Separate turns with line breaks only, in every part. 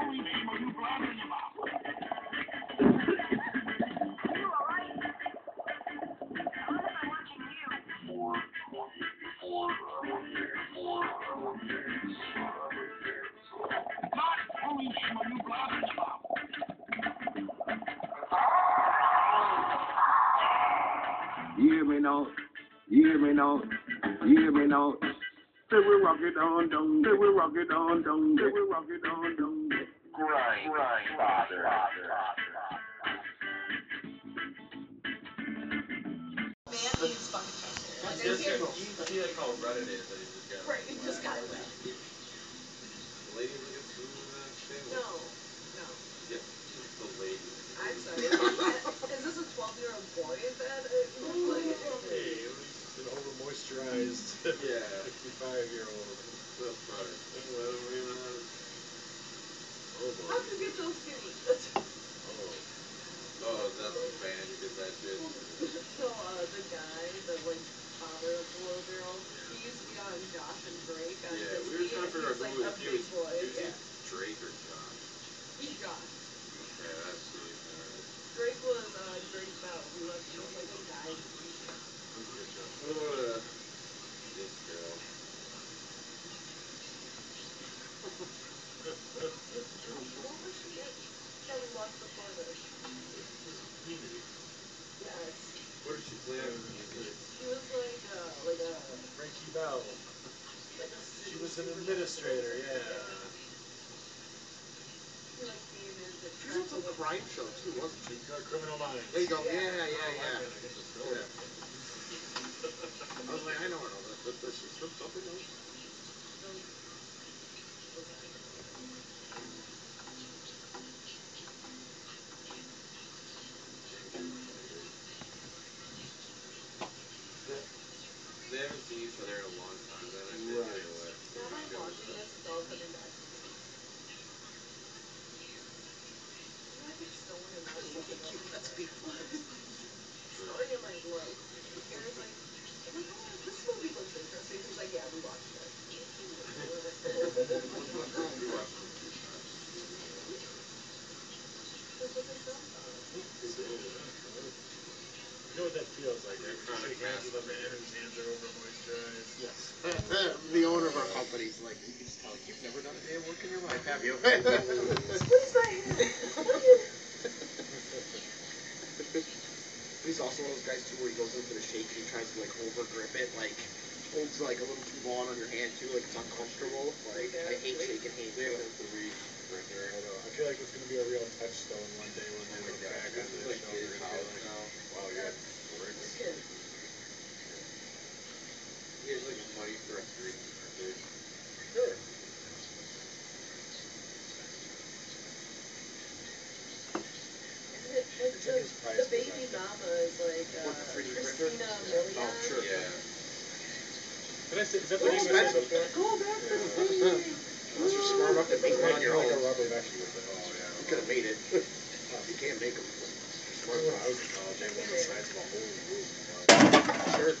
you blabbing about?
You all right? Why am I watching you?
Not pollution are you blabbing about?
You hear me now? You hear me now? You hear me now? Say we rock it on down. Say we rock it on down. Say we rock it on down.
Right, right, father.
Man needs fucking pressure. Like, I can't. Right, it just got wet. No, no. I'm sorry. Is this a- Is this a 12 year old boy in bed? Like,
an over moisturized
Yeah.
55 year old.
how could you get so skinny? That's so, uh, the guy, the, like, father of the little girl, he used to be on Josh and Drake on
Yeah,
Disney,
we were talking about
and he was like
who
a
was- he
big
was-
boy.
he was-
Yeah.
Drake or John?
Josh.
Yeah, absolutely.
uh, Drake was, uh, Drake Bell, who left, he was like, he died.
Oh, uh, this girl.
What was she in? That we watched before this. Yeah, it's-
What did she play on?
She was like a like a
Frankie Bell.
like a
She was an administrator, yeah.
She like came in to
She
track
was on the crime show too, wasn't she?
Uh, criminal minds.
There you go. Yeah,
Yeah.
yeah, yeah. yeah.
Yeah.
I was like, Oh, I know her. all that, but does she from something else? They haven't seen each other in a long time. Then I think
Right.
anyway.
Now I'm watching this, it's all coming back. I think stolen in my life. Stolen in my life. Aaron's like, I'm like, oh, this movie looks interesting. He's like, uh, yeah, we watched it.
We watched them a few times.
That's what this film was.
You know what that feels like?
They're
right?
trying to
Shake hands
cast
with a man whose hands are over moisturized.
Yes. the owner of our company's like, you can just tell like, you've never done a day of work in your life, have you?
Squeeze my hand.
He's also one of those guys too where he goes in for the shake and he tries to like over grip it, like holds like a little too long on your hand too, like it's uncomfortable. Like I hate shaking hands. Yeah.
I don't know. uh, I feel like it's gonna be a real touchstone one day when they look back on this show. They're gonna be like, wow, you had
It's good.
Here's like money for a three. dude.
Sure.
The, the, the baby mama is like uh,
What, the 3D printer?
Christina Milian.
Oh, sure.
Yeah. Did I say, is that the
Go
name I
back-
said before?
go back to the thing.
Unless you're smart enough to make
It's
one
like
on your own.
a
You
rubber vacuum. It's like, oh, yeah.
could have made it. You can't make them.
When I was in college, I went to science of a whole room. Sure. It's a full on room, basically. They would put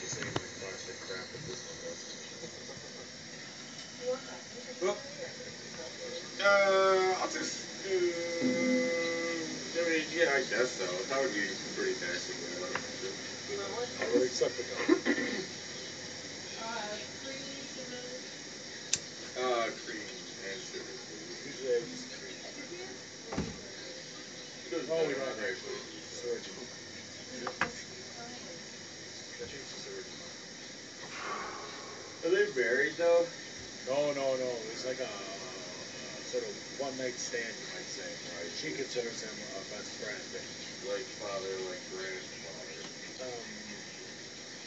the same like plastic crap that this one was.
Uh, I'll just. Uh, I mean, yeah, I guess so. That would be pretty nasty.
You know what?
I would accept the comment.
Uh, three cinnamon-
Uh, cream and sugar.
Usually I just treat
There's
Well,
only
we don't
one
have
actually.
it's original. I think it's just original.
Are they married though?
No, no, no. It was like a, a sort of one night stand, you might say. Right? She considers him a best friend.
Like father, like grandfather.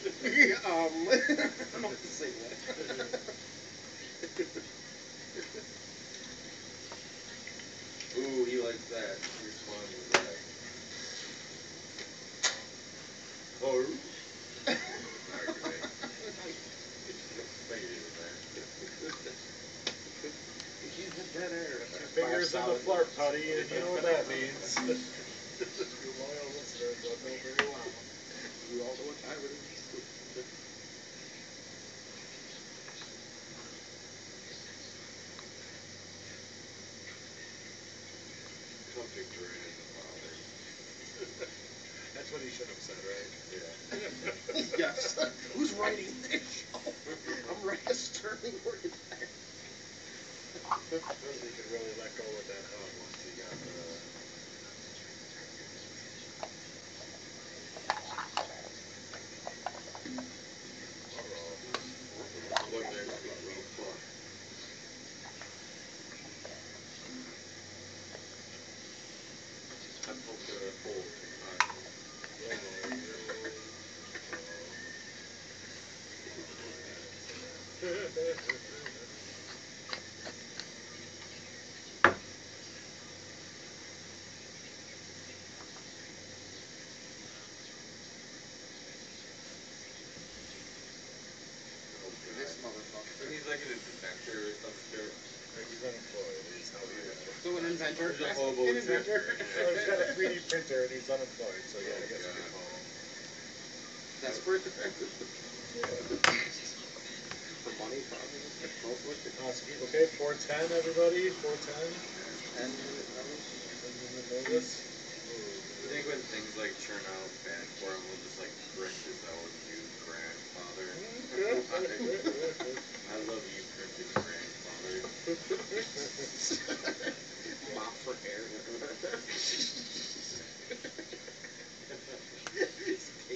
Um,
um, I don't have to say what. Ooh, he likes that. He's fun with that. Oh. Sorry, Greg. Thank you, man. He's a dead air.
fingers on the flirt, putty, and you know what that means. Your loyal listeners will know very well.
You all know what time it is.
victory in the father. That's what he should have said, right? Yeah.
yes. Who's writing this show? I'm right as Sterling Morgan.
You can really let go with that hug once you got the. Uh-oh. What did I do? I poked it a hole.
This motherfucker.
He's like an inventor or something.
Like he's unemployed. He's how he is.
So an inventor.
He's a
Yes,
hobo
An inventor.
So he's got a 3D printer and he's unemployed, so yeah, I guess
uh,
we could call him.
Desperate defective. For money, probably. Mostly.
Awesome. Okay, 410, everybody. 410.
And um,
Notice.
I think when things like churn out fan forum will just like print his own new grandfather. I love you, printed grandfather.
mop for hair.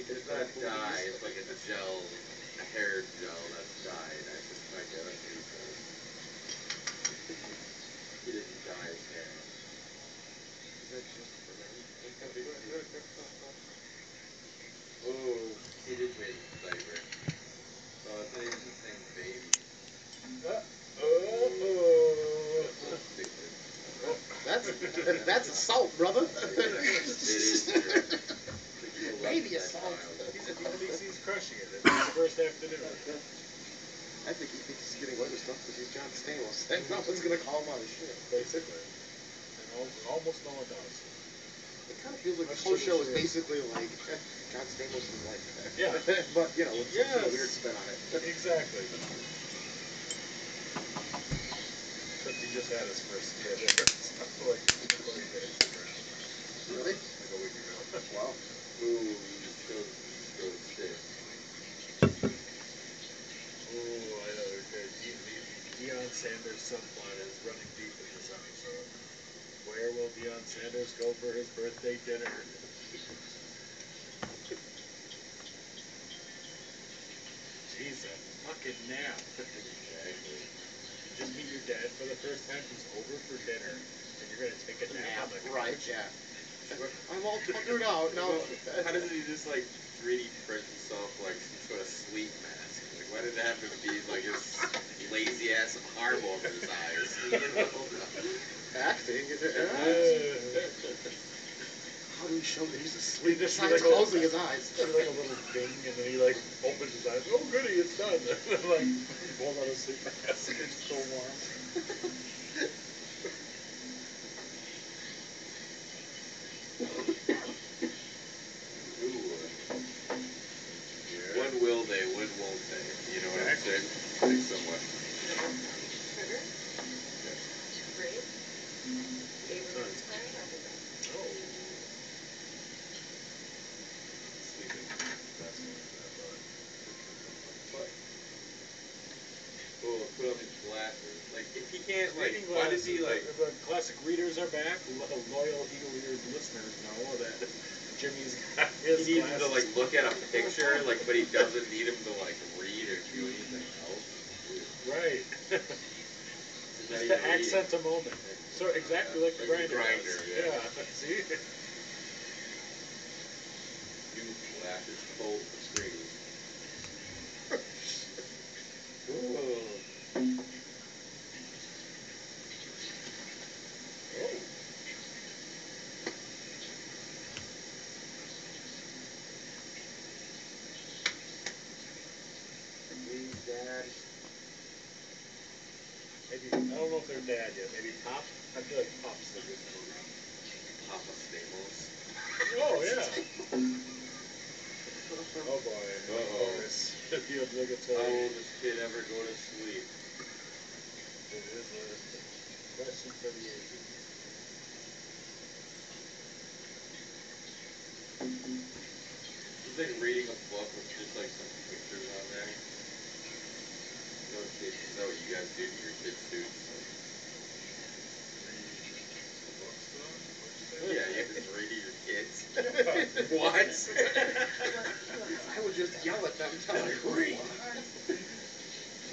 It's not dye, it's like a gel, a hair gel that's dyed. I just tried to like it. He didn't dye his hair. Oh, he did make the diaper. So I think it's the same baby.
Oh,
That's so stupid.
That's that's assault, brother.
It is true.
Baby assault.
he thinks he's crushing it. It's his first afternoon.
I think he thinks he's getting away with stuff because he's John Stamos. And no one's gonna call him on his shit.
Basically. And al- almost no one does.
It kind of feels like
That's
the whole
true,
show is
yeah.
basically like John Stamos is like,
Yeah.
but you know, with some sort of
Yes.
weird spin on it.
Exactly. Except he just had his first kid. like,
Really?
like a week ago.
Wow.
Ooh, you chose, you chose shit.
Oh, I know. okay. De- De- Deion Sanders' subplot is running deep in this episode. Where will Deion Sanders go for his birthday dinner? Jeez, that fucking nap. Just meet your dad for the first time. He's over for dinner, and you're gonna take a nap.
Yeah, right. Yeah. I'm all tuckered out now.
How doesn't he just like 3D print himself like some sort of sleep mask? Like why did it have to be like his lazy ass arm over his eyes? You know?
Acting. Ah. Yeah.
Uh,
How do we show that he's asleep?
Just
Besides
like a-
closing his eyes.
It's like a little thing, and then he like opens his eyes. Oh, goody, it's done. And I'm like, hold on a sleep mask. It's so warm.
Ooh. When will they? When won't they? You know what I'm saying? Like somewhat.
Trevor? Great. Abrams planning on the ground.
Oh.
Sleeping. That's what I thought. But oh, put on his glasses. Like if he can't like,
Reading
why does he like?
glasses. The classic readers are back. The loyal Eagle Eared listeners know that Jimmy's got his
He needs him
glasses.
to like look at a picture, like, but he doesn't need him to like read or do anything else.
right.
He's not
Just
even
to
reading.
accent a moment. So exactly like the
Like
grinder.
the
does.
Grindr, yeah.
See,
You glasses full of screen. Ooh.
Please, Dad.
maybe I don't know if they're dad yet. Maybe Pop. I feel like Pop's the good one.
Papa Stamos.
Oh yeah. Oh boy. and of
Uh-oh.
course, The obligatory.
How will this kid ever go to sleep? Um,
It is a question for the ages.
He's like reading a book with just like some pictures on there. No kids. Is that what you guys do to your kids too? oh, Yeah, you have to read to your kids. what?
I would just yell at them, tell them to read.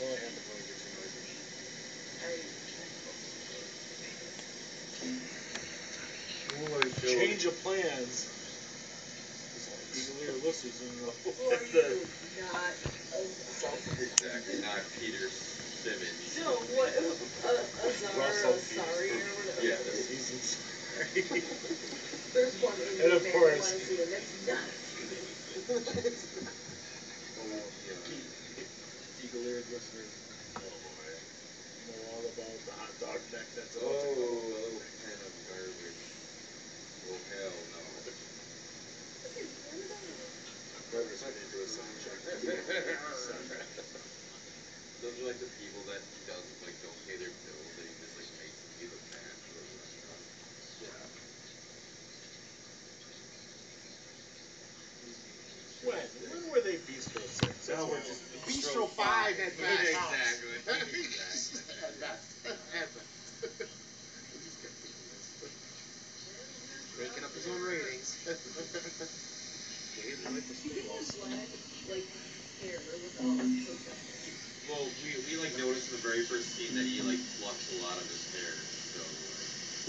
Oh, Change of plans. Oh,
Or you not.
exactly. Not Peter Simmons.
No, what? Uh, Azar,
Russell.
or Asari or whatever.
Yeah.
There's one in
And of
the
course-
fantasy, and that's nuts.
Eagle-eared listeners.
Oh, all about the hot dog neck that's
Oh, kind of garbage. Well, hell no.
Burgers, I need to do a sound check.
Those are like the people that he doesn't like don't pay their bills and he just like makes them be the bad for the restaurant.
When? When were they Bistro 6? Now we're just
Bistro Five at my house.
Exactly. exactly.
At best. At best. Making up his own ratings.
You get this lag, like, hair with all this makeup.
Well, we, we like noticed in the very first scene that he like plucks a lot of his hair. So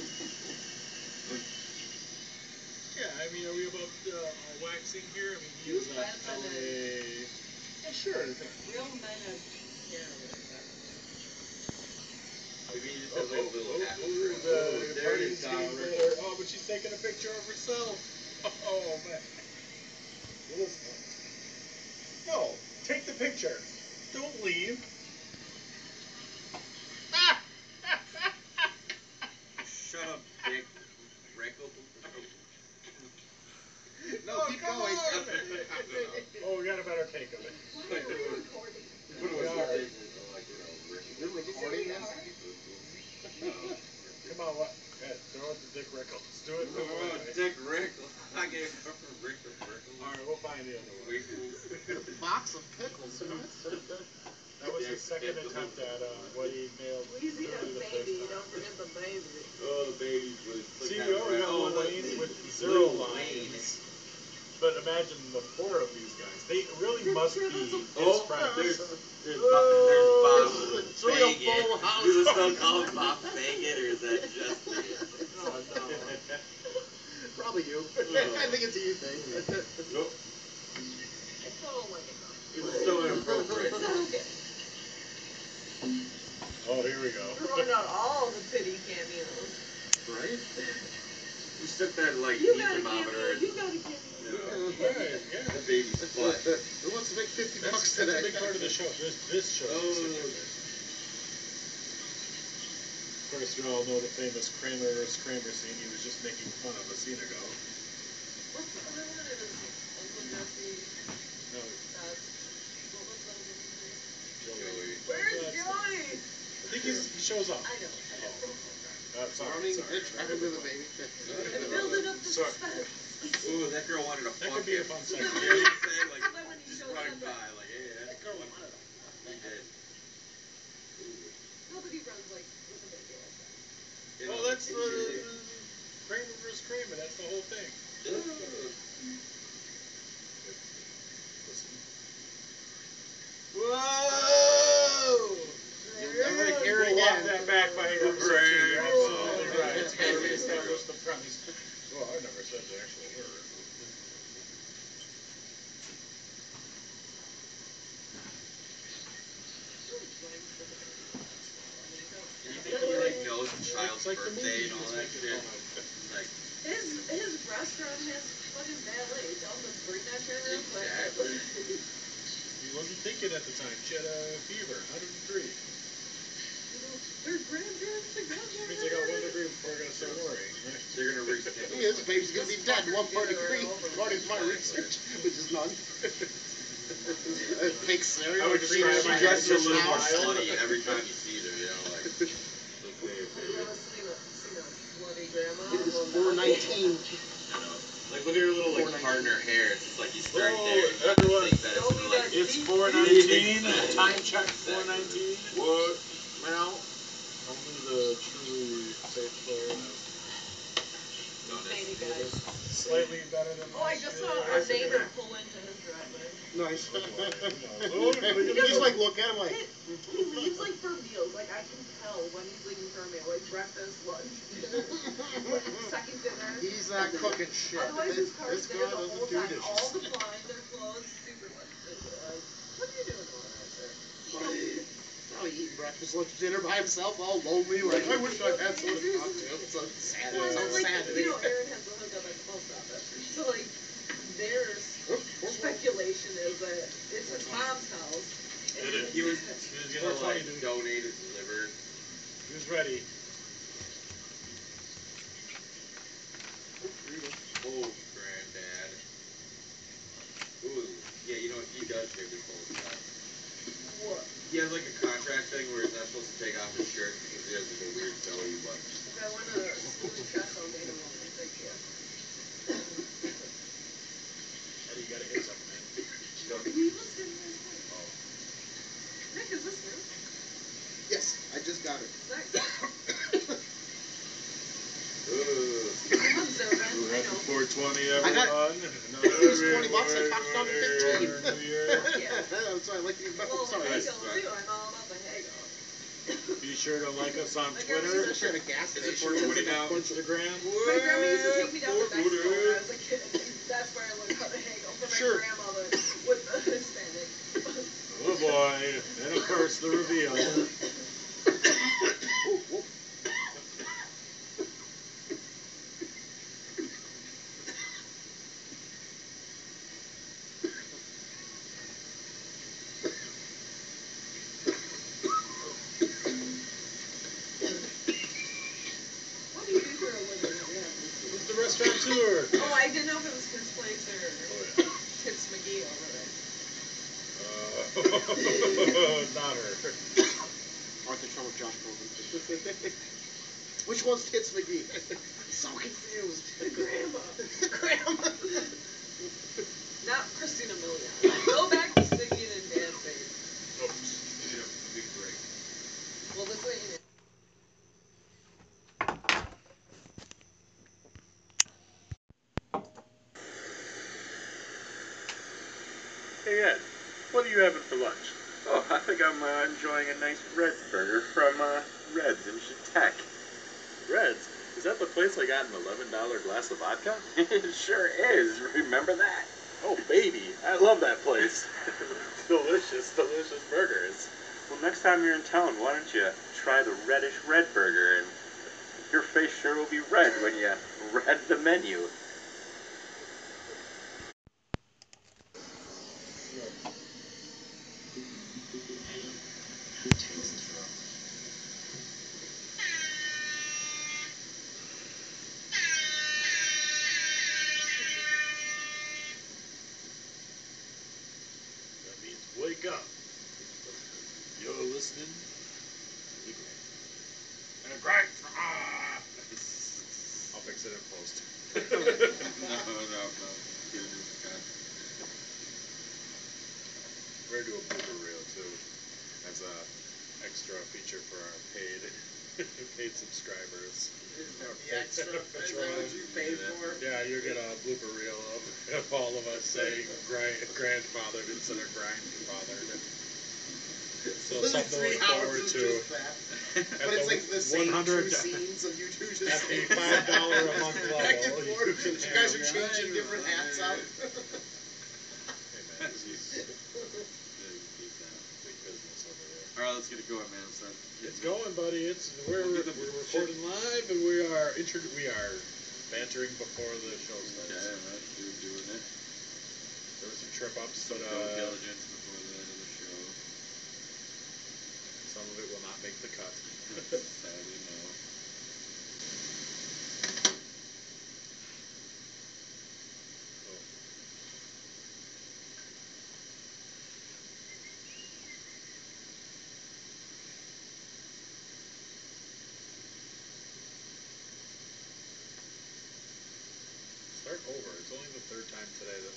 like,
Yeah, I mean, are we about uh, our waxing here? I mean, he is a
Yes, I know.
LA. Yeah, sure.
Real men have hair with
maybe he just has
Oh,
like a little hat.
the
Oh, there it is,
party
Dahmer.
scene there. Oh, but she's taking a picture of herself. Oh, man. Listen. No, take the picture. Don't leave. Ah!
Shut up, Dick. Reckle.
No,
Oh,
keep
come
going.
on. Oh, we got a better take of it.
that. Why are we recording?
What was
Yeah.
that? Like, you know, Rick-
You're recording this?
Come on, what? Yeah, throw it to Dick Rickles. Do it. the
Oh,
right way.
Dick Reckle. I gave up for Rick
All right, we'll find the other one.
Rickle.
Box of pickles. What?
That was his second attempt at uh, what he nailed.
Wheezy had a baby,
literally the first time.
don't forget the baby.
Oh, the babies with.
See, we already got
oh,
one
what-
lane with zero
Blue
lines. But imagine the four of these guys. They really must be his
Oh,
friends.
there's, there's, Bob, there's Bob
It's really a
Faggot.
full house.
Do they still call him Bob Faggot, or is that just me?
No, no. Probably you. I think it's a you thing.
Nope.
It's so like a
It's so inappropriate.
Oh, here we go.
Throwing out all the pity cameos.
Right?
We took that, like,
You
heat
got a
thermometer
cameo,
and
you got a cameo.
no,
Right, yeah.
the baby's butt.
Who wants to make 50 bucks
That's,
today?
that's a big part of the show. This, this show.
Oh.
specifically. Of course, we all know the famous Kramer vs. Kramer scene. He was just making fun of a scene ago.
What's the other one? It was Uncle Jesse,
No,
uh, what was that again's name?
Joey.
Where's
Well, it's-
Joey?
I think he's, he shows up.
I know. I know.
Uh, sorry,
Browning,
sorry.
Dick, Rackle, the baby.
And building up the
Sorry.
suspense.
Ooh, that girl wanted to
That
fuck
could be a
him.
fun
You know
segment.
what I'm saying? Like,
That's why when he
just
shows
running
up,
by,
like,
like, yeah, that girl wanted to fuck me.
Nobody runs like with a baby like that.
You
Well,
know,
Oh, that's the
it's-
Kramer versus Kramer. That's the whole thing.
Ooh.
Whoa! You'll never hear it
We'll walk
again.
that back by episode two. You're absolutely right. It's got to reestablish the premise. Well, I never said the actual word.
You think he, like, knows the child's
It's like the
birthday and
movie.
all
Just
that
make
shit?
it fun.
Like,
His his restaurant has fucking ballet. Tell him to bring that shit around.
Exactly.
He wasn't thinking at the time. She had a fever, 103.
Their grandparents, the grandparents.
Means I got one degree before I got to start worrying. right?
they're gonna
He
rekindle.
is, baby's gonna be dead in one part of Greece, according to my research, which is none. Big cereal.
I would
cream cheese,
describe my
She gets a
husband
little more
as
house.
slutty every time you see her, you know, like. look at her,
I've
baby.
never seen a seen a bloody grandma.
It was- There were 19.
Like Like, look at her little like part in her hair. It's just like you start there.
Whoa, everyone.
Think that it's like
It's 419. Time check 419. What? Now, only the truly faithful.
Baby guys.
Slightly better than
Oh, I just saw our neighbor pull into his driveway.
Nice.
You
just
just,
like look at him like,
He leaves like for meals. Like I can tell when he's leaving for a meal, like breakfast, lunch, dinner, second dinner.
he's not cooking shit.
Otherwise,
This,
his car's
guy
there the whole
doesn't do dishes.
time. All the blinds are closed. Super much. Like, what are you doing over there?
Probably eating breakfast, lunch, dinner by himself, all lonely. Like, I wish I had someone to talk to. It's so sad.
Well,
It's so
and like,
sad.
you know, Aaron has a hookup at the post office, so like, there's speculation is that it's his mom's house.
It is.
he was she was gonna like donate his liver.
Who's ready?
Oh, granddad. Ooh, yeah. You know what? He does drink his whole time.
What?
He has like a contract thing where he's not supposed to take off his shirt because he has like a weird belly button.
If I want a smooth chest, I'll date a woman. Thank you.
Eddie, you gotta hit something.
He was getting his mic. Nick, is this new?
Yes, I just got it.
Nice.
Ooh.
I'm observant. I know.
420,
I got- It was 20 bucks, I talked down to
15.
I'm sorry, Oh, I like these.
Well,
I'm sorry.
Hagel too. I'm all about the Hagel.
Be sure to like us on
Like,
Twitter.
This
everybody's
shit at a gas
Is it
station.
420 now?
Instagram.
My grandma used to take me down to Mexico when I was a kid. That's where I learned how to Hagel from my
Sure.
grandma that was a Hispanic.
Oh boy. And of course, the reveal.
What do you do for a living? Yeah.
It's the restaurant tour.
Oh, I didn't know if it was his place or Tips McGee over there.
Uh, not her.
Arthur Trump with Josh Groban. Which one's Tits McGee? I'm so confused.
The grandma.
Grandma.
Not Christina Milian. Go back to singing and dancing.
Big break.
Well, this ain't it.
Hey Ed, what are you having for lunch? Oh, I think I'm uh, enjoying a nice Reds burger from uh, Reds in Shatek. Reds? Is that the place I got an $11 glass of vodka? it sure is. Remember that? Oh, baby. I love that place. delicious, delicious burgers. Well, next time you're in town, why don't you try the Reddish Red Burger? And your face sure will be red when you read the menu.
That means wake up. You're listening. And a grind. Ah! I'll fix it in post.
No, no, no. He was just kind of-
We're gonna do a blooper reel too. As a extra feature for our paid paid subscribers.
The extra thing that you paid for.
Yeah, you're gonna blooper reel of, of all of us saying grind, grandfathered instead of grandfathered. So
Literally
something to
three
look forward
hours of
to.
just that.
At
But it's
the
like the same two
100
scenes of you two just
At the
saying
five dollar a month level.
back and
you
forth.
can
You guys are
have-
changing different hats out.
Hey, man, this is big business over there.
All right, let's get it going, man. So
It's going, buddy. It's we're, we're recording live, and we are inter- we are bantering before the show
Okay,
starts.
all right, you're doing it.
There was some trip ups,
Some
but
due
uh,
diligence before the end of the show.
some of it will not make the cut.
Sadly, no.
Start over. It's only the third time today that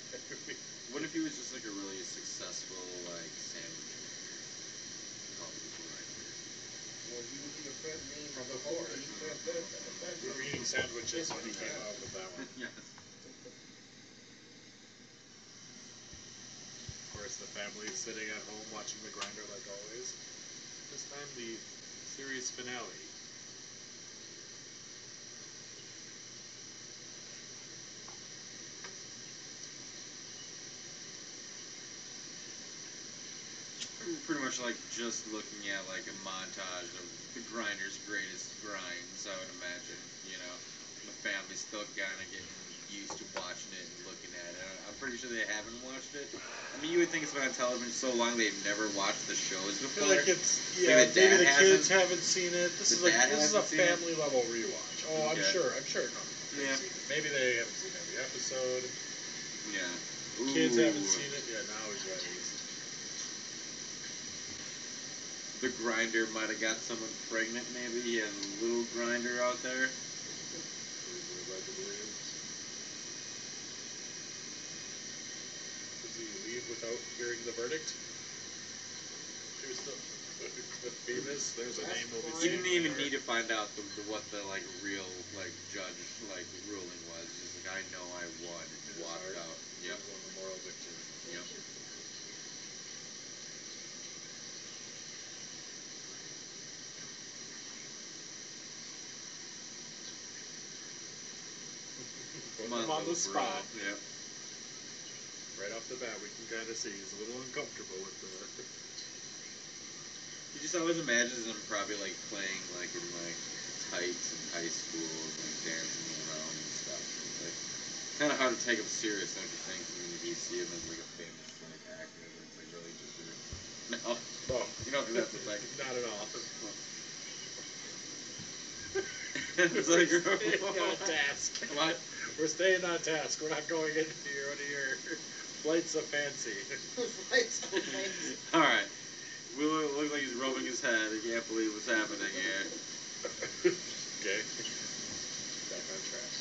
What if he was just like a really successful like sandwich maker? Call it the right
Well, you would be the first name of the board.
we were eating sandwiches when he came out with that one.
word. yes.
Of course, the family is sitting at home watching The Grinder like always. This time, the series finale.
We're pretty much like just looking at like a montage of the grinder's greatest grinds, I would imagine. You know, the family's still kind of getting used to watching it and looking at it. I- I'm pretty sure they haven't watched it. I mean, you would think it's been on television so long they've never watched the shows
I feel
before.
like it's yeah.
the dad
Maybe the kids
hasn't?
haven't seen it. This
The
is like
dad
this is a
hasn't seen it?
family level rewatch. Oh, I'm
Okay.
sure. I'm sure. No,
Yeah.
maybe they haven't seen every episode.
Yeah.
Kids haven't
Ooh.
seen it. Yeah, now he's right. He's-
the grinder might have got someone pregnant, maybe. He had a little grinder out there.
we're led to believe. Does he leave without hearing the verdict? Here's the Cliff Bemis. There's a
That's
name we'll be
fine.
You
seeing.
didn't even
later.
need to find out the, the, what the like real like judge like ruling was. He's like, I know I won.
It
And
was
walked
hard.
out.
He
Yep.
was on the moral victory.
Yep.
Put
Come
him on the
little
spot.
bro. Yep.
Right off the bat, we can kind of see he's a little uncomfortable with the.
He just always imagines him probably like playing like in like tights in high school and like, dancing around and stuff. It's like kind of hard to take him serious, don't you think? I mean, if you see him as like a famous like actor, it's like really just weird. No,
Well,
you don't think that's a thing.
not at all.
it's like,
We're staying on task.
what?
We're staying on task. We're not going into your, into your flights of fancy.
All right. Will looks like he's rubbing his head. He can't believe what's happening here.
okay. Back on track.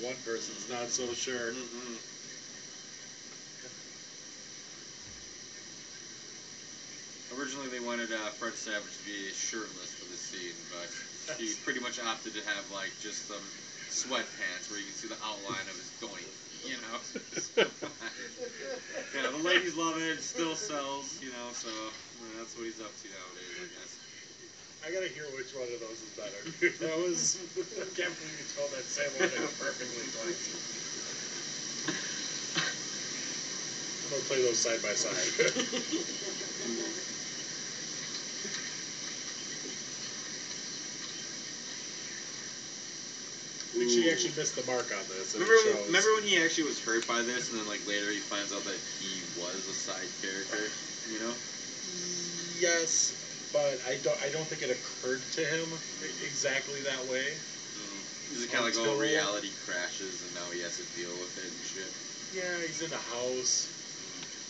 One person's not so sure.
Mm-mm. Originally, they wanted uh, Fred Savage to be shirtless for the scene, but he pretty much opted to have like just some sweatpants where you can see the outline of his doink. You know. yeah, the ladies love it. It still sells. You know, so uh, that's what he's up to nowadays, I guess.
I gotta hear which one of those is better. That was. I can't believe you told that same one thing perfectly twice. I'm gonna play those side by side. I think she
Ooh.
actually missed the mark on this. And
Remember,
it shows.
remember when he actually was hurt by this, and then like later he finds out that he was a side character. You know,
Yes, but I don't. I don't think it occurred to him exactly that way.
This is kind of like oh,
Until-
reality crashes, and now he has to deal with it and shit.
Yeah, he's in the house.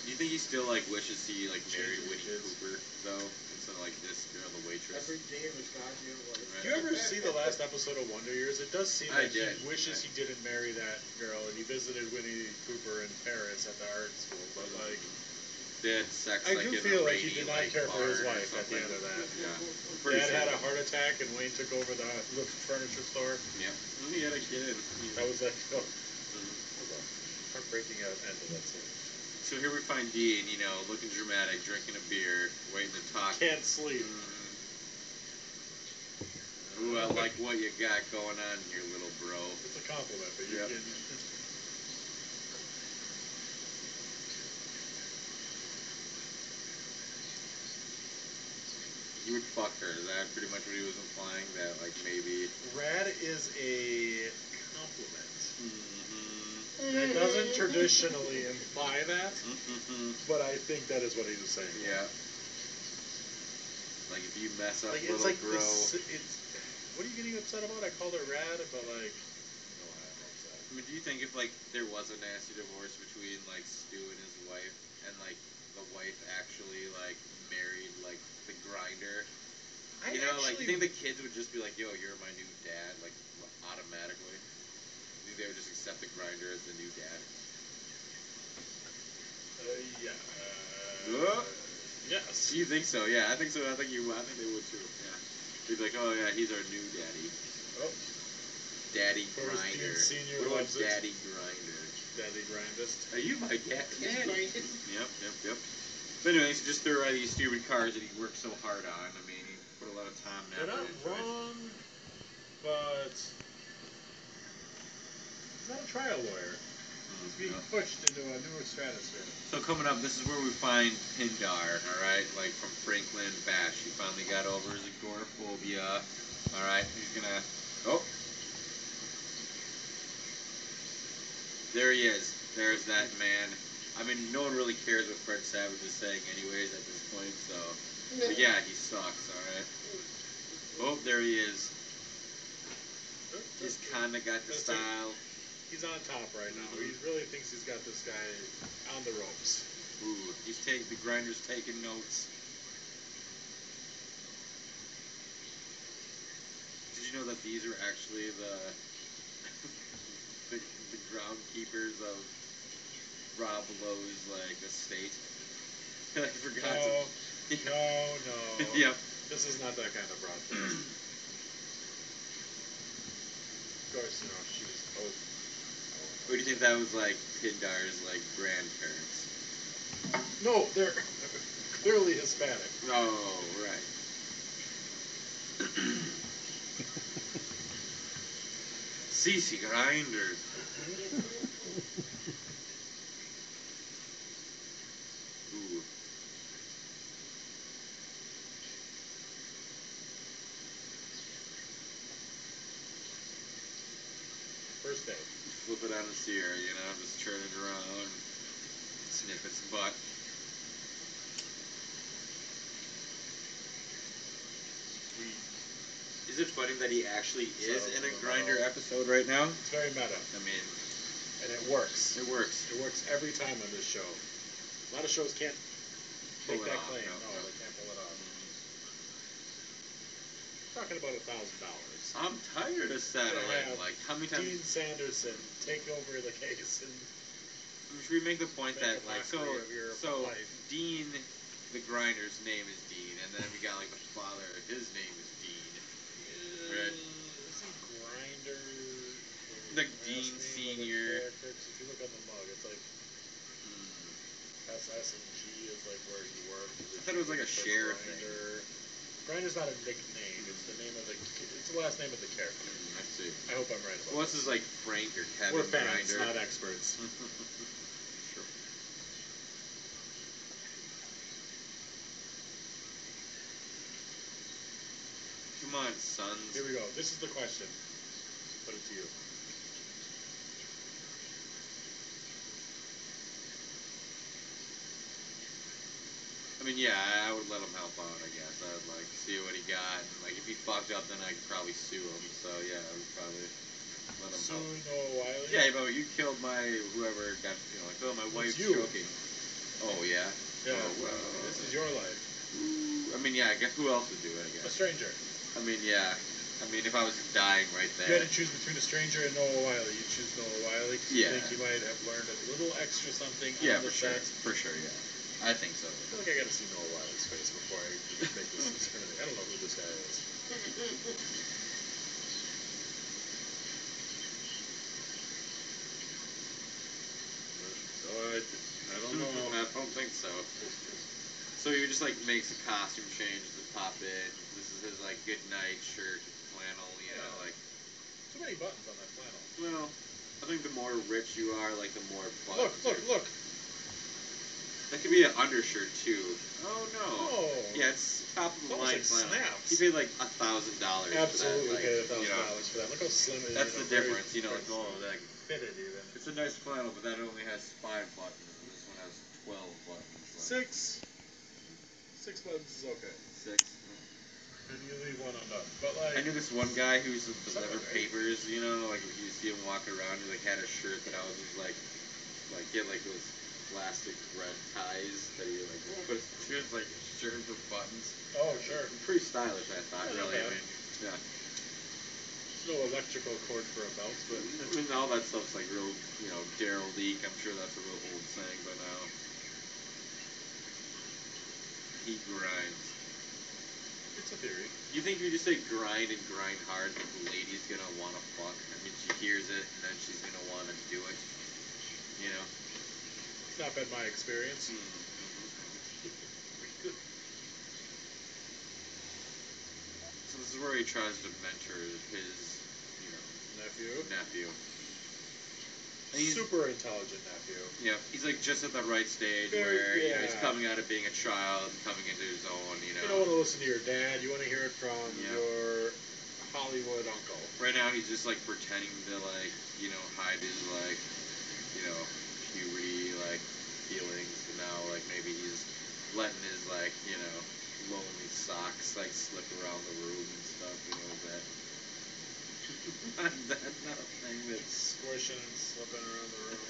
Do you think he still like wishes he like married
Changes
Winnie
kids.
Cooper though, instead of like this girl, the waitress?
Every day of his goddamn life.
Do you ever see the last episode of Wonder Years? It does seem
I
like he
did.
wishes he didn't marry that girl, and he visited Winnie Cooper in Paris at the art school. But like,
They had sex.
I
like, in
do feel
a rainy,
like he did not
like,
care for
bar
his
or
wife at the
something.
end of that.
Yeah, I'm pretty
Dad
sure.
had a heart attack, and Wayne took over the, the furniture store.
Yeah, he had a kid. you know.
That was like, oh,
Mhm.
heartbreaking out end of that scene.
So here we find Dean, you know, looking dramatic, drinking a beer, waiting to talk. Mm-hmm.
Can't sleep.
Ooh, I like what you got going on here, little bro.
It's a compliment, but you
Yep.
can.
You would fuck her. Is that pretty much what he was implying? That, like, maybe.
Rad is a compliment.
Mm-hmm.
It doesn't traditionally imply that,
Mm-hmm.
but I think that is what he was saying.
Yeah. Like, if you mess up,
like
little
it's like
bro.
This, it's what are you getting upset about? I called her rad, but like, no, I'm upset.
I mean, do you think if, like, there was a nasty divorce between, like, Stu and his wife, and, like, the wife actually, like, married, like, the grinder, You know, like, you think the kids would just be like, yo, you're my new dad, like, automatically? You think they would just accept the grinder as the new dad?
Uh, yeah.
Huh?
Yes.
You think so, yeah. I think so. I think you, I think they would too, yeah. They'd be like, oh, yeah, he's our new daddy.
Oh.
Daddy
Or is Dean
Grinder.
Senior
What about
loves it?
Daddy Grinder?
Daddy Grindist.
Are you my dad? Daddy? Yep, yep, yep. But anyways, just there are these stupid cars that he worked so hard on. I mean, he put a lot of time and
They're not
effort into it.
wrong, but he's not a trial lawyer.
Mm-hmm.
He's being pushed into a newer stratosphere.
So coming up, this is where we find Pindar, alright? Like from Franklin Bash. He finally got over his agoraphobia. Alright, he's gonna Oh. There he is. There's that man. I mean no one really cares what Fred Savage is saying anyways at this point, so but yeah, he sucks, alright. Oh, there he is. He's kinda got the style.
He's on top right now. He
Mm-hmm.
really thinks he's got this guy on the ropes.
Ooh, he's taking the grinder's taking notes. Did you know that these are actually the the, the ground keepers of Rob Lowe's like estate? I
No,
forgot.
no,
to,
no.
yep.
This is not that kind of broadcast. of course, no. She was. Oh.
What do you think that was like? Pindar's like grandparents.
No, they're clearly Hispanic.
Oh, right. Cece Grinder. Ooh.
First day.
flip it on its ear, you know, just turn it around, sniff its butt. Is it funny that he actually is in a grinder episode right now?
It's very meta,
I mean,
and it works.
it works.
It works every time on this show. A lot of shows can't
Pull
make
it
that
off,
claim.
no,
No,
no.
they can't pull it off. Talking about a thousand dollars.
I'm tired of
Yeah.
satellite. Like, how many times?
Dean Sanderson take over the case and
Should we make the point
Make
that
a
like so
mockery of your
so
life.
Dean the grinder's name is Dean and then we got like the father his name is Dean. Right.
Isn't Grinder
The
last
Dean
name of the
Senior.
character? 'Cause if you look on the mug, it's like
Hmm,
SS and G is like where he worked.
I thought it was like a sheriff
Grinder. Grinder's not a nickname. It's the name of the. It's the last name of the character.
Mm, I see.
I hope I'm right about
What's
that.
his like Frank or Kevin
We're fans,
Grinder?
not experts.
Sure. Come on, sons.
Here we go. This is the question. Put it to you.
I mean, yeah, I- I would let him help out. I guess I would like see what he got, and like if he fucked up, then I'd probably sue him. So yeah, I would probably let him
Sue
help.
Noah Wiley.
Yeah, but you killed my whoever got you know, I killed my wife
you.
choking. Oh yeah.
Yeah.
Oh, well.
This is your life.
Ooh, I mean, yeah. I guess who else would do it? I
A
guess.
stranger.
I mean, yeah. I mean, if I was dying right
If you
there.
had to choose between a stranger and Noah Wiley, you choose Noah Wiley 'cause you
Yeah.
think he might have learned a little extra something
Yeah,
on the
for sure.
set.
For sure, yeah. I think so.
I feel like I gotta see Noah Wiley's face before I make this determination. I don't know who this guy is. So I, I don't know.
I don't think so. So he just like makes a costume change to pop in. This is his like good night shirt, flannel. You know, like
Too many buttons on that flannel.
well, I think the more rich you are, like the more buttons.
Look, look,
you-
look.
That could be an undershirt too. Oh no.
Oh.
Yeah, it's top of
It's
the
almost
line
like
flannel.
snaps.
He paid like a thousand dollars. for that, like,
Absolutely paid a
you
thousand
know,
dollars for that. Look how slim it is.
That's
you
the
know, very-
difference, you know.
very
Like, oh,
slim.
like
Fitted even.
it's a nice flannel, but that only has five buttons. and This one has twelve buttons. Like,
Six. Six buttons is okay.
Six.
And you leave one undone. But
I
like,
knew this one guy who used to deliver
Something, right?
papers. You know, like if you see him walking around, he like had a shirt that I was just like, like he had like those plastic red ties that he like put she was like shirts with buttons.
Oh, sure.
Pretty stylish, I thought.
Yeah, not
Really, I
bad.
mean, yeah.
There's no electrical cord for a belt, but
I mean, all that stuff's like real, you know, Daryl Leak. I'm sure that's a real old saying by now. He grinds.
it's a theory.
You think if you just say grind and grind hard, that the lady's gonna want to fuck? I mean, she hears it and then she's gonna want to do it. You know.
It's not been my experience.
So this is where he tries to mentor his, you know,
Nephew.
nephew. And he's,
Super intelligent nephew.
yeah, he's like just at the right stage
Very-
where you know, he's
yeah.
coming out of being a child and coming into his own. You
You don't want
know,
to listen to your dad. You want to hear it from
Yeah.
your Hollywood uncle.
right now he's just like pretending to like, you know, hide his like, you know, puberty like feelings. And now like maybe he's letting his like, you know, lonely socks like slip around the room and stuff. You know that. that not a thing that's
Squishing and slipping around the room.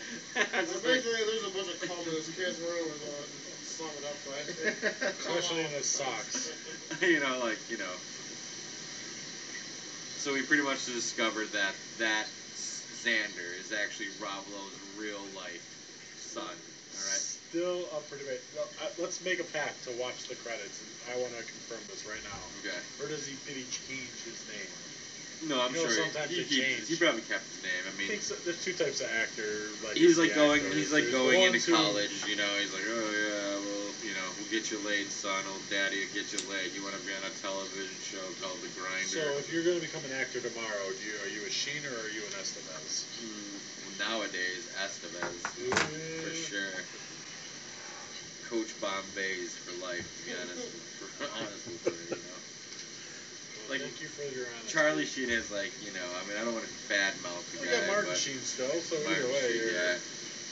Basically, there's a bunch of comments. Kids were over there. Sum it up, right?
Squishing in his socks.
you know, like, you know. So we pretty much discovered that that Xander is actually Rob Lowe's real life son. All right.
Still up for debate. Well, I, let's make a pact to watch the credits, and I want to confirm this right now.
Okay.
Or does he did he change his name?
No, I'm
You know,
sure
sometimes
he,
they
he,
change.
he probably kept his name. I
I
mean,
think so, there's two types of actor. Like
he's like
the
going,
actors.
he's like
There's
going into
ones who-
college. You know, he's like, oh yeah, well, you know, we'll get you laid, son. Old daddy will get you laid. You want to be on a television show called The
So
Grinder?
if you're going to become an actor tomorrow, do you, are you a Sheen or are you an Estevez?
Mm, nowadays, Estevez. For
Mm.
sure. Coach Bombay's for life, to be honest with, for, honest with her, you know.
Well,
Like-
thank you for your honesty.
Charlie Sheen is like, you know, I mean, I don't want to badmouth the
We
guy,
got Martin
but
Sheen still, so
Martin
either way,
Sheen,
you're,
yeah.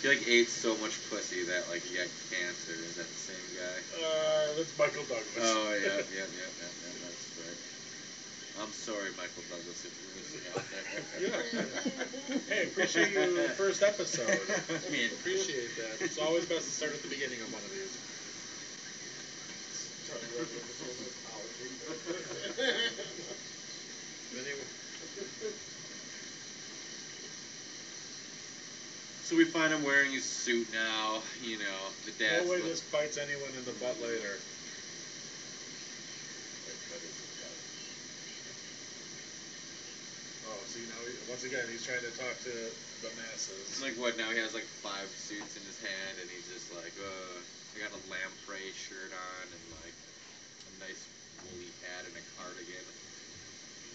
He like ate so much pussy that like he got cancer. Is that the same guy?
uh, that's Michael Douglas.
Oh yeah, yeah, yeah, yeah, yeah that's right. I'm sorry, Michael Douglas, if you're listening out there.
yeah. Hey, appreciate your first episode.
I mean,
Appreciate that. It's always best to start at the beginning of one of these. Anyway,
so we find him wearing his suit now. You know, the dad's.
no way
look-
this bites anyone in the butt later. Oh, see now, he, once again, he's trying to talk to the masses.
It's like what now he has like five suits in his hand and he's just like, uh, I got a lamprey shirt on and like a nice woolly hat and a cardigan.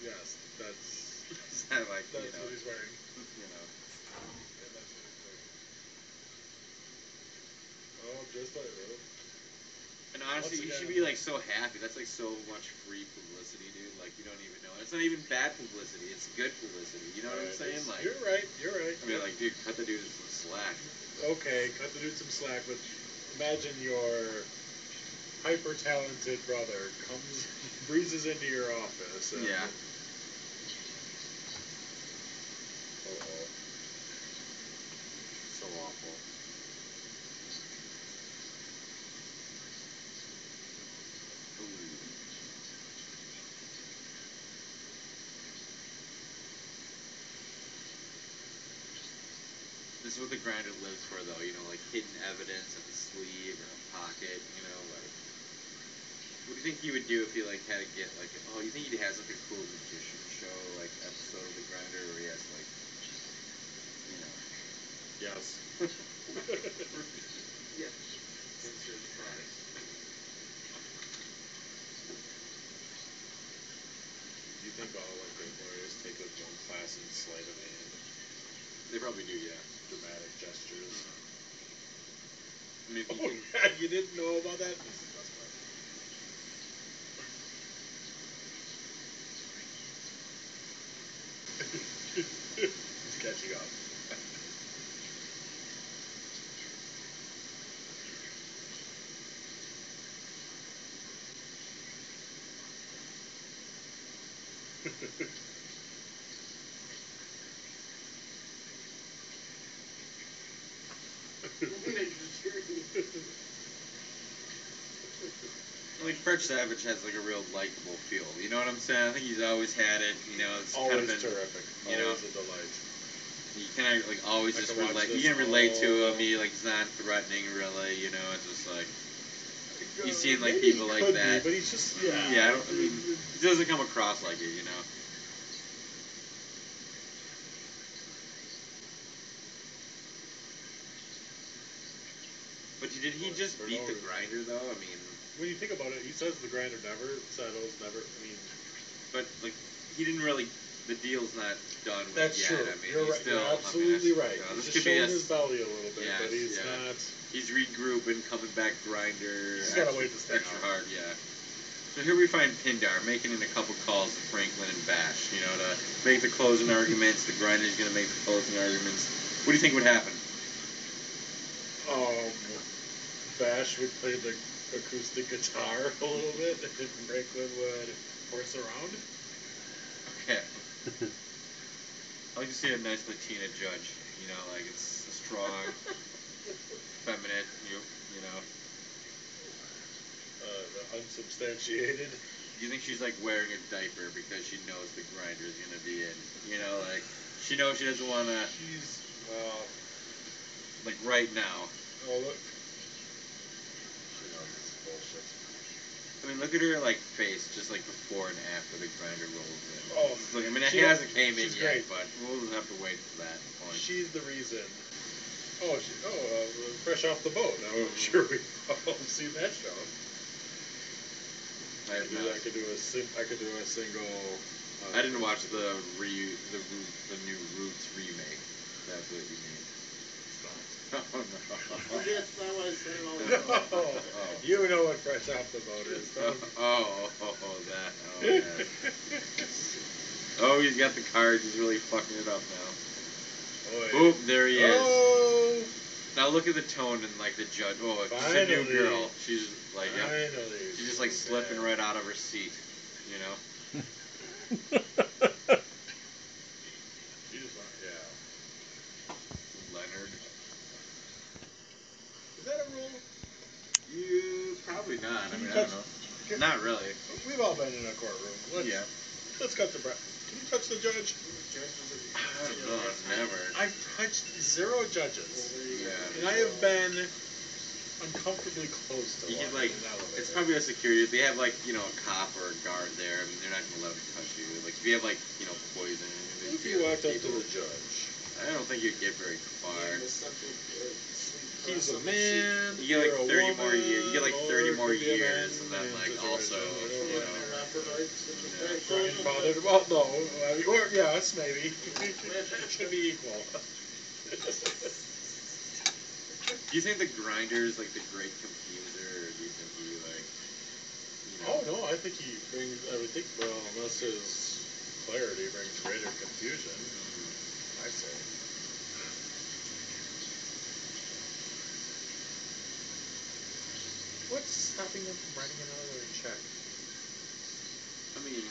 yes, that's
Is that like you
that's
know,
what he's wearing.
you know?
Yeah, that's what he's wearing. Oh, just like oh.
And honestly,
Once
you should be
again-
like so happy. That's like so much free publicity, dude. Like you don't even know. It's not even bad publicity. It's good publicity. You know what I'm
Alright,
saying?
it's-
Like,
you're right, you're right.
I mean, like, dude, cut the dude some slack.
okay, cut the dude some slack, but imagine your hyper talented brother comes breezes into your office. And,
Yeah.
Uh-oh.
So awful. This is what the grinder lives for, though. You know, like hidden evidence in the sleeve or a pocket. You know, like what do you think he would do if he like had to get like? Oh, you think he'd have like a cool magician show like episode of the grinder where he has like, you know,
Yes. Do you think all like the lawyers take like one class in sleight of hand,
They probably do, yeah.
dramatic gestures?
I mean, if you
Oh,
can-
yeah, you didn't know about that? He's catching up.
They just hear
I mean, Fred Savage has like a real likable feel. You know what I'm saying? I think he's always had it. You know, it's
Always
kind of been,
terrific.
you
Always
know,
a delight.
you kind of like always
I
just
can watch
relate.
this
You can relate to
all-
him. He like he's not threatening really. You know, it's just like
Uh,
You've seen, like,
maybe he
people like
could be,
that.
but he's just yeah.
yeah. I, don't, I mean, he doesn't come across like it. You know. But did he just
For
beat
no
the
reason.
grinder though? I mean,
When you think about it, he says the grinder never settles, never. I mean,
but like he didn't really. The deal's not done with
that's
yet.
true.
I mean,
you're
he's
right.
still.
you're
I mean,
absolutely
that's-
right.
you know,
He's
this could
just
be
showing
us-
his belly a little bit,
Yes,
but he's
yeah.
not.
He's regrouping, coming back grinder.
He's gotta
extra-
wait this thing
extra
out.
hard, yeah. So here we find Pindar making in a couple calls to Franklin and Bash, you know, to make the closing arguments. The grinder's gonna make the closing arguments. What do you think would happen?
Um, Bash would play the acoustic guitar a little bit, and Franklin would horse around.
Okay. I like to see a nice Latina judge, you know, like it's a strong, feminine, you you know.
Uh, the unsubstantiated.
Do you think she's like wearing a diaper because she knows the grinder's gonna be in? You know, like she knows she doesn't wanna
She's well.
like right now.
Oh look. She knows this is bullshit.
I mean, look at her like face, just like before and after the grinder rolls in.
Oh,
It's like, I mean, it
she-
hasn't came in
she's
yet,
great.
but we'll just have to wait for that point.
She's the reason. Oh, she, oh, uh, fresh off the boat. Now
Mm-hmm.
I'm sure we've all seen that show.
I, have
Dude, I
not-
could do a sing, I could do a single. Uh,
I didn't watch the re the Roo- the new Roots remake. That's what you mean. Oh no.
Yes, that's why I said it all
No,
the time.
you know what fresh off the boat is.
Oh,
Don't-
oh, oh, oh, that. Oh, yes. oh, he's got the cards. He's really fucking it up now.
Boy.
Boop, there Oh, he is.
Oh,
Now look at the tone and like the judge. Oh, she's a new
Finally.
girl. She's like, yep.
finally.
She's just like slipping right out of her seat, you know.
She just went- yeah.
Leonard.
Is that a rule?
You probably not. I
Can
mean, I
you
don't
touch-
know.
can-
Not really.
We've all been in a courtroom. Let's,
Yeah.
Let's cut the breath. Can you touch the judge?
I don't know. It's never.
I've touched zero judges, and
Yeah.
I have been uncomfortably close to
You
one
get like,
in an elevator.
it's probably a security. If they have like, you know, a cop or a guard there, I mean, they're not gonna let them touch you. Like, if you have like, you know, poison.
What
and
if you walked up to
people-
the judge?
I don't think you'd get very far.
He's a man.
You get
you're
like
a
30 more
woman,
years. You get like
or
30 more
could be a
years,
man,
and then
and
like
just a
also,
random,
you know.
Grandfathered? Well, no. I mean, Or, yes, maybe. it should be equal.
Do you think the grinder's like the great confuser, or do you think he like, you know?
oh no, I think he brings. I would think. Well, unless his clarity brings greater confusion, I say. What's stopping him from writing another check?
I mean,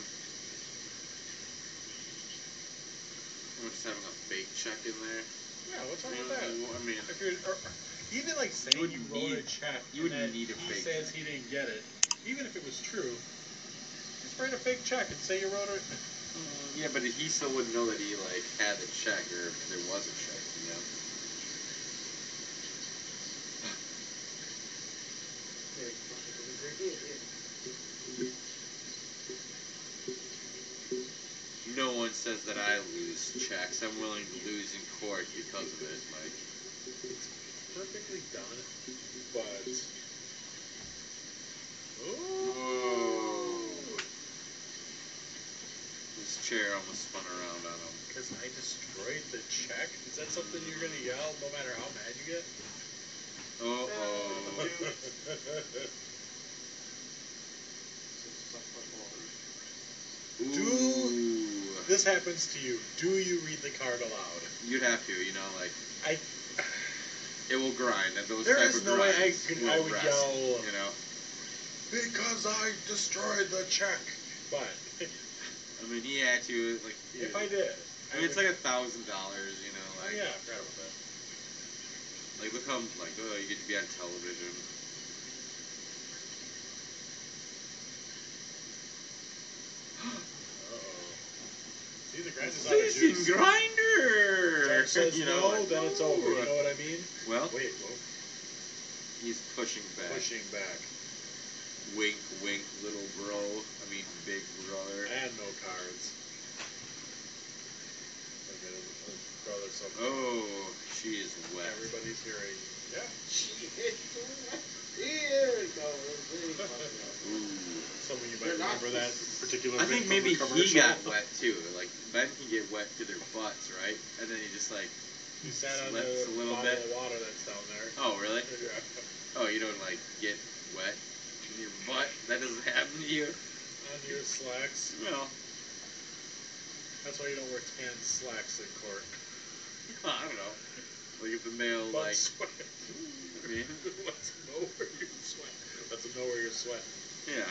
we're just having a fake check in there.
Yeah, what's
I
wrong
mean,
with
I
that?
mean,
If you're, or, or even like saying
would
you, wrote
need-
a check,
you would
and that
need a
he
fake
says
check.
he didn't get it, even if it was true. Just write a fake check and say you wrote it.
yeah, but he still wouldn't know that he like had a check or if there was a check, you know. No one says that I lose checks. I'm willing to lose in court because of it. Like,
Perfectly done, but.
Whoa. this chair almost spun around on him.
Because I destroyed the check? Is that something you're going to yell no matter how mad you get?
Uh oh. Ooh.
this happens to you. Do you read the card aloud?
You'd have to, you know, like
I.
it will grind. And those
There
type
is
of
no way I
grinds
could-
will
I would
rest,
yell.
You know,
Because I destroyed the check! But,
I mean, he had to like.
if I did.
I mean, it's
would-
like a thousand dollars, you know,
Oh,
like
yeah, I forgot about that.
Like become like oh you get to be on television.
See, the grass is on the
Station
juice.
grinder.
Jack says
you know,
no,
like,
then it's over. You
"Ooh."
know what I mean?
Well,
Wait, well,
he's pushing back.
pushing back.
Wink, wink, little bro. I mean, big brother.
And no cards. I'm gonna throw this up.
Oh, she is wet.
Everybody's hearing. Yeah.
Ooh.
Some of you
They're
might
not-
remember that particular.
I think
bit from
maybe he
the commercial.
got wet too. Like men can get wet to their butts, right? And then he just like,
He sat on the
Slips a little
bottle
bit.
of water that's down there.
oh really?
Yeah.
Oh, you don't like get wet in your butt? That doesn't happen to you?
On your slacks.
Well,
That's why you don't wear tan slacks in court.
I don't know. Like if the male
Butt
like,
sweat.
I mean,
Let's know where you sweat. Let's know where you're sweating.
yeah.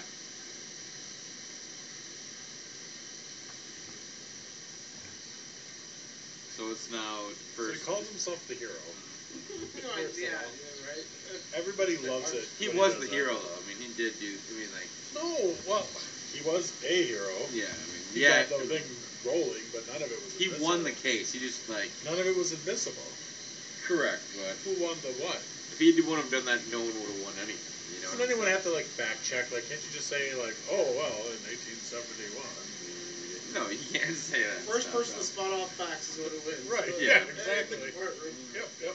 So it's now
So he
first.
calls himself the hero.
No idea, yeah, right?
Everybody loves it.
He
when
was
does
the
that.
hero though. I mean, he did do. I mean, like,
No, well, he was a hero.
yeah. I mean,
He
yeah.
got the thing rolling, but none of it was.
He
admissible.
won the case. He just like
None of it was admissible.
correct, but
Who won the what?
if he didn't want to have done that, no one would have won anything. You know.
Doesn't
what I'm
anyone have to like fact check? Like, can't you just say like, oh well, in 1871?
saying? No, you can't say that.
First
stuff,
person to
though.
spot all facts is what it wins.
Right,
So,
yeah,
exactly.
courtroom.
Yep, yep.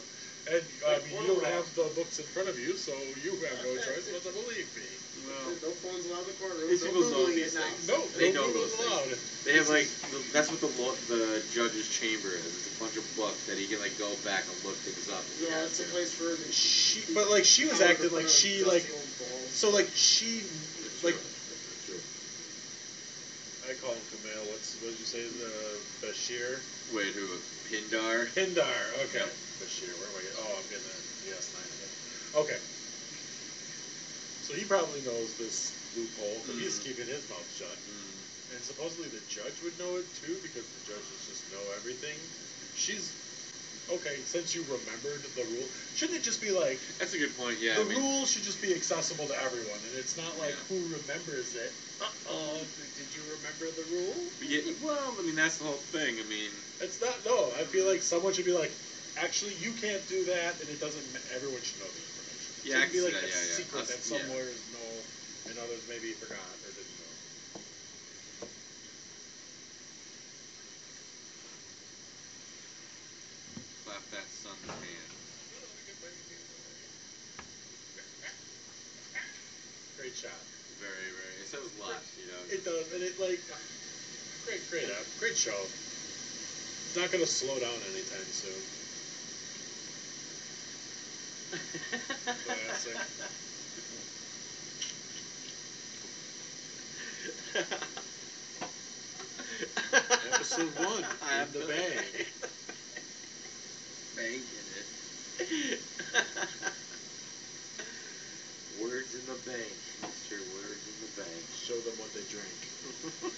And I mean, you don't have the books in front of you, so you have no choice but to believe me.
Well,
No phones allowed in the courtroom.
These
no
people know
Googling
these
it now.
things.
No,
They
no
know
Google's
those things.
allowed.
They have like the, that's what the law, the judge's chamber is. It's a bunch of books that he can like go back and look things up. if he
No,
has
it's a
to.
place for the
She, but like, she was acting like she like, so like she, like. I call him Camille. What's what did you say? The Bashir
Wait, who? Pindar?
Pindar. Okay,
Yep.
Bashir. Where am I? Getting? Oh, I'm getting that DS9 again. Okay. So he probably knows this loophole, but
Mhm.
he's keeping his mouth shut.
Mm,
And supposedly the judge would know it too, because the judges just know everything. She's okay. Since you remembered the rule, shouldn't it just be like
that's a good point. Yeah,
the
I mean,
rule should just be accessible to everyone, and it's not like
Yeah.
who remembers it. Uh oh, did you remember the rule?
yeah, well, I mean that's the whole thing. I mean,
It's not. No, I feel like someone should be like, actually, you can't do that, and it doesn't. ma- Everyone should know the information. It
Yeah, I
shouldn't be
can see
like
that,
a
yeah, yeah.
secret
Us-
that some
yeah.
lawyers know and others maybe forgot or didn't know.
clap that son's hand.
Great shot.
Very, very. It says lots, you know.
It does, and it like great, great app, great show. It's not gonna slow down anytime soon. Classic. Episode one in the bag.
Bang in it. Words in the bank, Mister. Words in the bank.
Show them what they drank.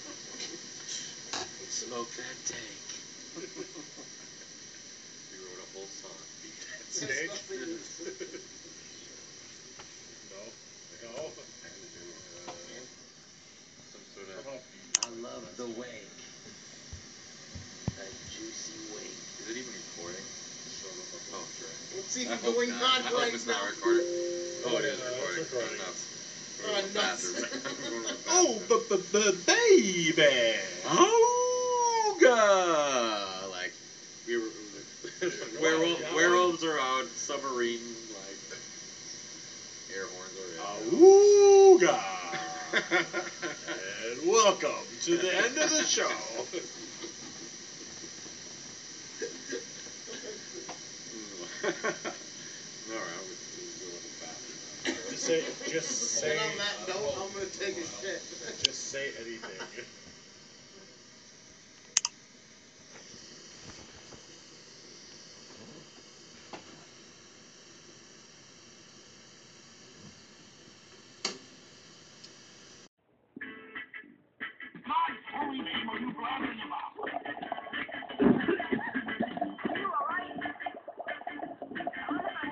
Smoke that tank. we wrote a whole song.
Snake?
Snake?
No. No.
Some sort of. I love the wake. That juicy wake. Is it even recording? Oh, sure.
What's
I
even
hope
going
not.
on
I hope
right
it's
now?
not recording. Oh, it is
Yeah, it's
recording.
recording.
Oh,
Oh,
nuts.
Oh, the, the, the baby!
Ooga! Like, we were, werewolf,
Yeah.
werewolves are out, submarine, like, air horns already.
Awooga! and welcome to the end of the show.
Alright, I'm just going to the
Just say, just say,
And on that note, I'm gonna take a shit.
just say anything.
You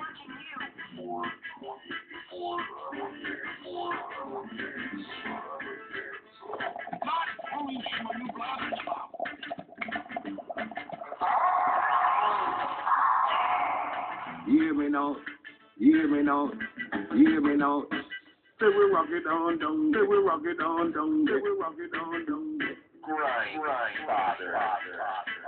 alright? I wonder if I
You hear me now? You hear me now? You hear me now? Say we rock it on down. Say we rock it on down. Say we rock it on down.
Grind, grind, father, father, father.